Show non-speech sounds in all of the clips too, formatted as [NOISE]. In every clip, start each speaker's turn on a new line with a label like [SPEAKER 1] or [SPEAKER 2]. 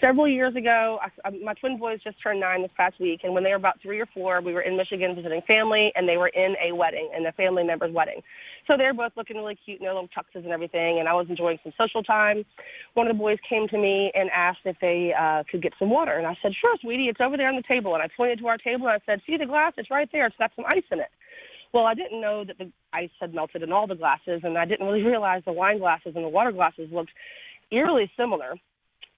[SPEAKER 1] several years ago, I, my twin boys just turned nine this past week, and when they were about three or four, we were in Michigan visiting family, and they were in a wedding, in a family member's wedding. So they were both looking really cute in their little tuxes and everything, and I was enjoying some social time. One of the boys came to me and asked if they uh, could get some water, and I said, "Sure, sweetie, it's over there on the table." And I pointed to our table and I said, "See the glass? It's right there. It's got some ice in it." Well, I didn't know that the ice had melted in all the glasses, and I didn't really [LAUGHS] realize the wine glasses and the water glasses looked eerily similar.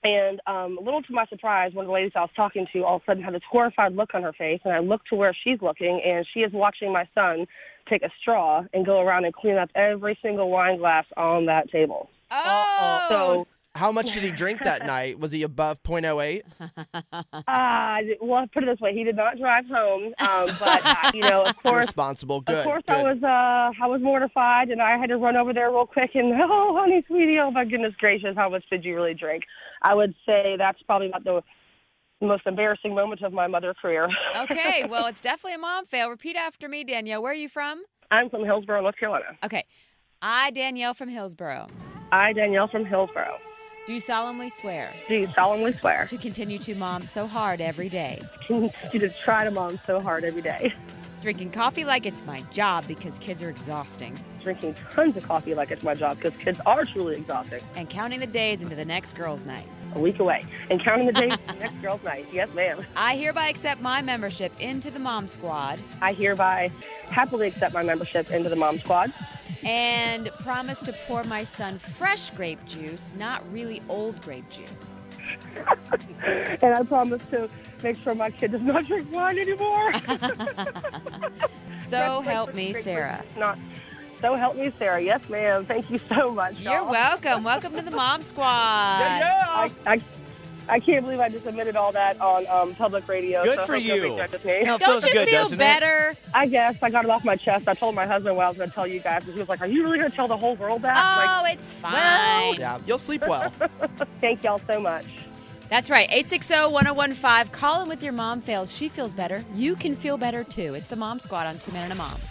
[SPEAKER 1] And um, a little to my surprise, one of the ladies I was talking to all of a sudden had this horrified look on her face, and I look to where she's looking, and she is watching my son take a straw and go around and clean up every single wine glass on that table.
[SPEAKER 2] Oh.
[SPEAKER 1] So [LAUGHS]
[SPEAKER 3] How much did he drink that night? Was he above .08?
[SPEAKER 1] Ah, well, put it this way, he did not drive home, um, but uh, you know, of course,
[SPEAKER 3] Responsible. Good.
[SPEAKER 1] of course,
[SPEAKER 3] good.
[SPEAKER 1] I was uh, I was mortified, and I had to run over there real quick. And [LAUGHS] oh, honey, sweetie, oh my goodness gracious, how much did you really drink? I would say that's probably about the most embarrassing moment of my mother career.
[SPEAKER 2] Okay,
[SPEAKER 3] [LAUGHS]
[SPEAKER 2] well, it's definitely a mom fail. Repeat after me, Danielle. Where are you from?
[SPEAKER 1] [LAUGHS] I'm from Hillsboro, North Carolina.
[SPEAKER 2] Okay. I, Danielle from Hillsboro,
[SPEAKER 1] I, Danielle from Hillsboro,
[SPEAKER 2] do solemnly swear
[SPEAKER 1] do solemnly swear [LAUGHS]
[SPEAKER 2] to continue to mom so hard every day,
[SPEAKER 1] to to try to mom so hard every day,
[SPEAKER 2] drinking coffee like it's my job because kids are exhausting,
[SPEAKER 1] drinking tons of coffee like it's my job because kids are truly exhausting.
[SPEAKER 2] and counting the days into the next girls' night.
[SPEAKER 1] A week away, and counting the days to the next girl's night. Yes, ma'am.
[SPEAKER 2] I hereby accept my membership into the mom squad
[SPEAKER 1] I hereby happily accept my membership into the Mom Squad.
[SPEAKER 2] and promise to pour my son fresh grape juice, not really old grape juice.
[SPEAKER 1] and I promise to make sure my kid does not drink wine anymore.
[SPEAKER 2] [LAUGHS] So help me, Sarah.
[SPEAKER 1] Not. So help me, Sarah. Yes, ma'am. Thank you so much.
[SPEAKER 2] You're
[SPEAKER 1] y'all.
[SPEAKER 2] welcome. Welcome to the mom squad.
[SPEAKER 3] Yeah, yeah.
[SPEAKER 1] I, I, I can't believe I just admitted all that on um, public radio.
[SPEAKER 4] Good
[SPEAKER 1] so I
[SPEAKER 4] for
[SPEAKER 1] hope
[SPEAKER 4] you.
[SPEAKER 1] nobody judges me.
[SPEAKER 4] Now,
[SPEAKER 2] Don't
[SPEAKER 4] feels
[SPEAKER 2] you
[SPEAKER 4] good,
[SPEAKER 2] feel
[SPEAKER 4] doesn't it?
[SPEAKER 2] better?
[SPEAKER 1] I guess I got it off my chest. I told my husband what I was going to tell you guys, and he was like, "Are you really going to tell the whole world that?"
[SPEAKER 2] Oh, it's fine.
[SPEAKER 3] Yeah, you'll sleep well.
[SPEAKER 2] Oh.
[SPEAKER 1] Like, thank y'all so much.
[SPEAKER 2] That's right. 860 1015. Call in with your mom fails. She feels better. You can feel better too. It's the Mom Squad on Two Men and a Mom.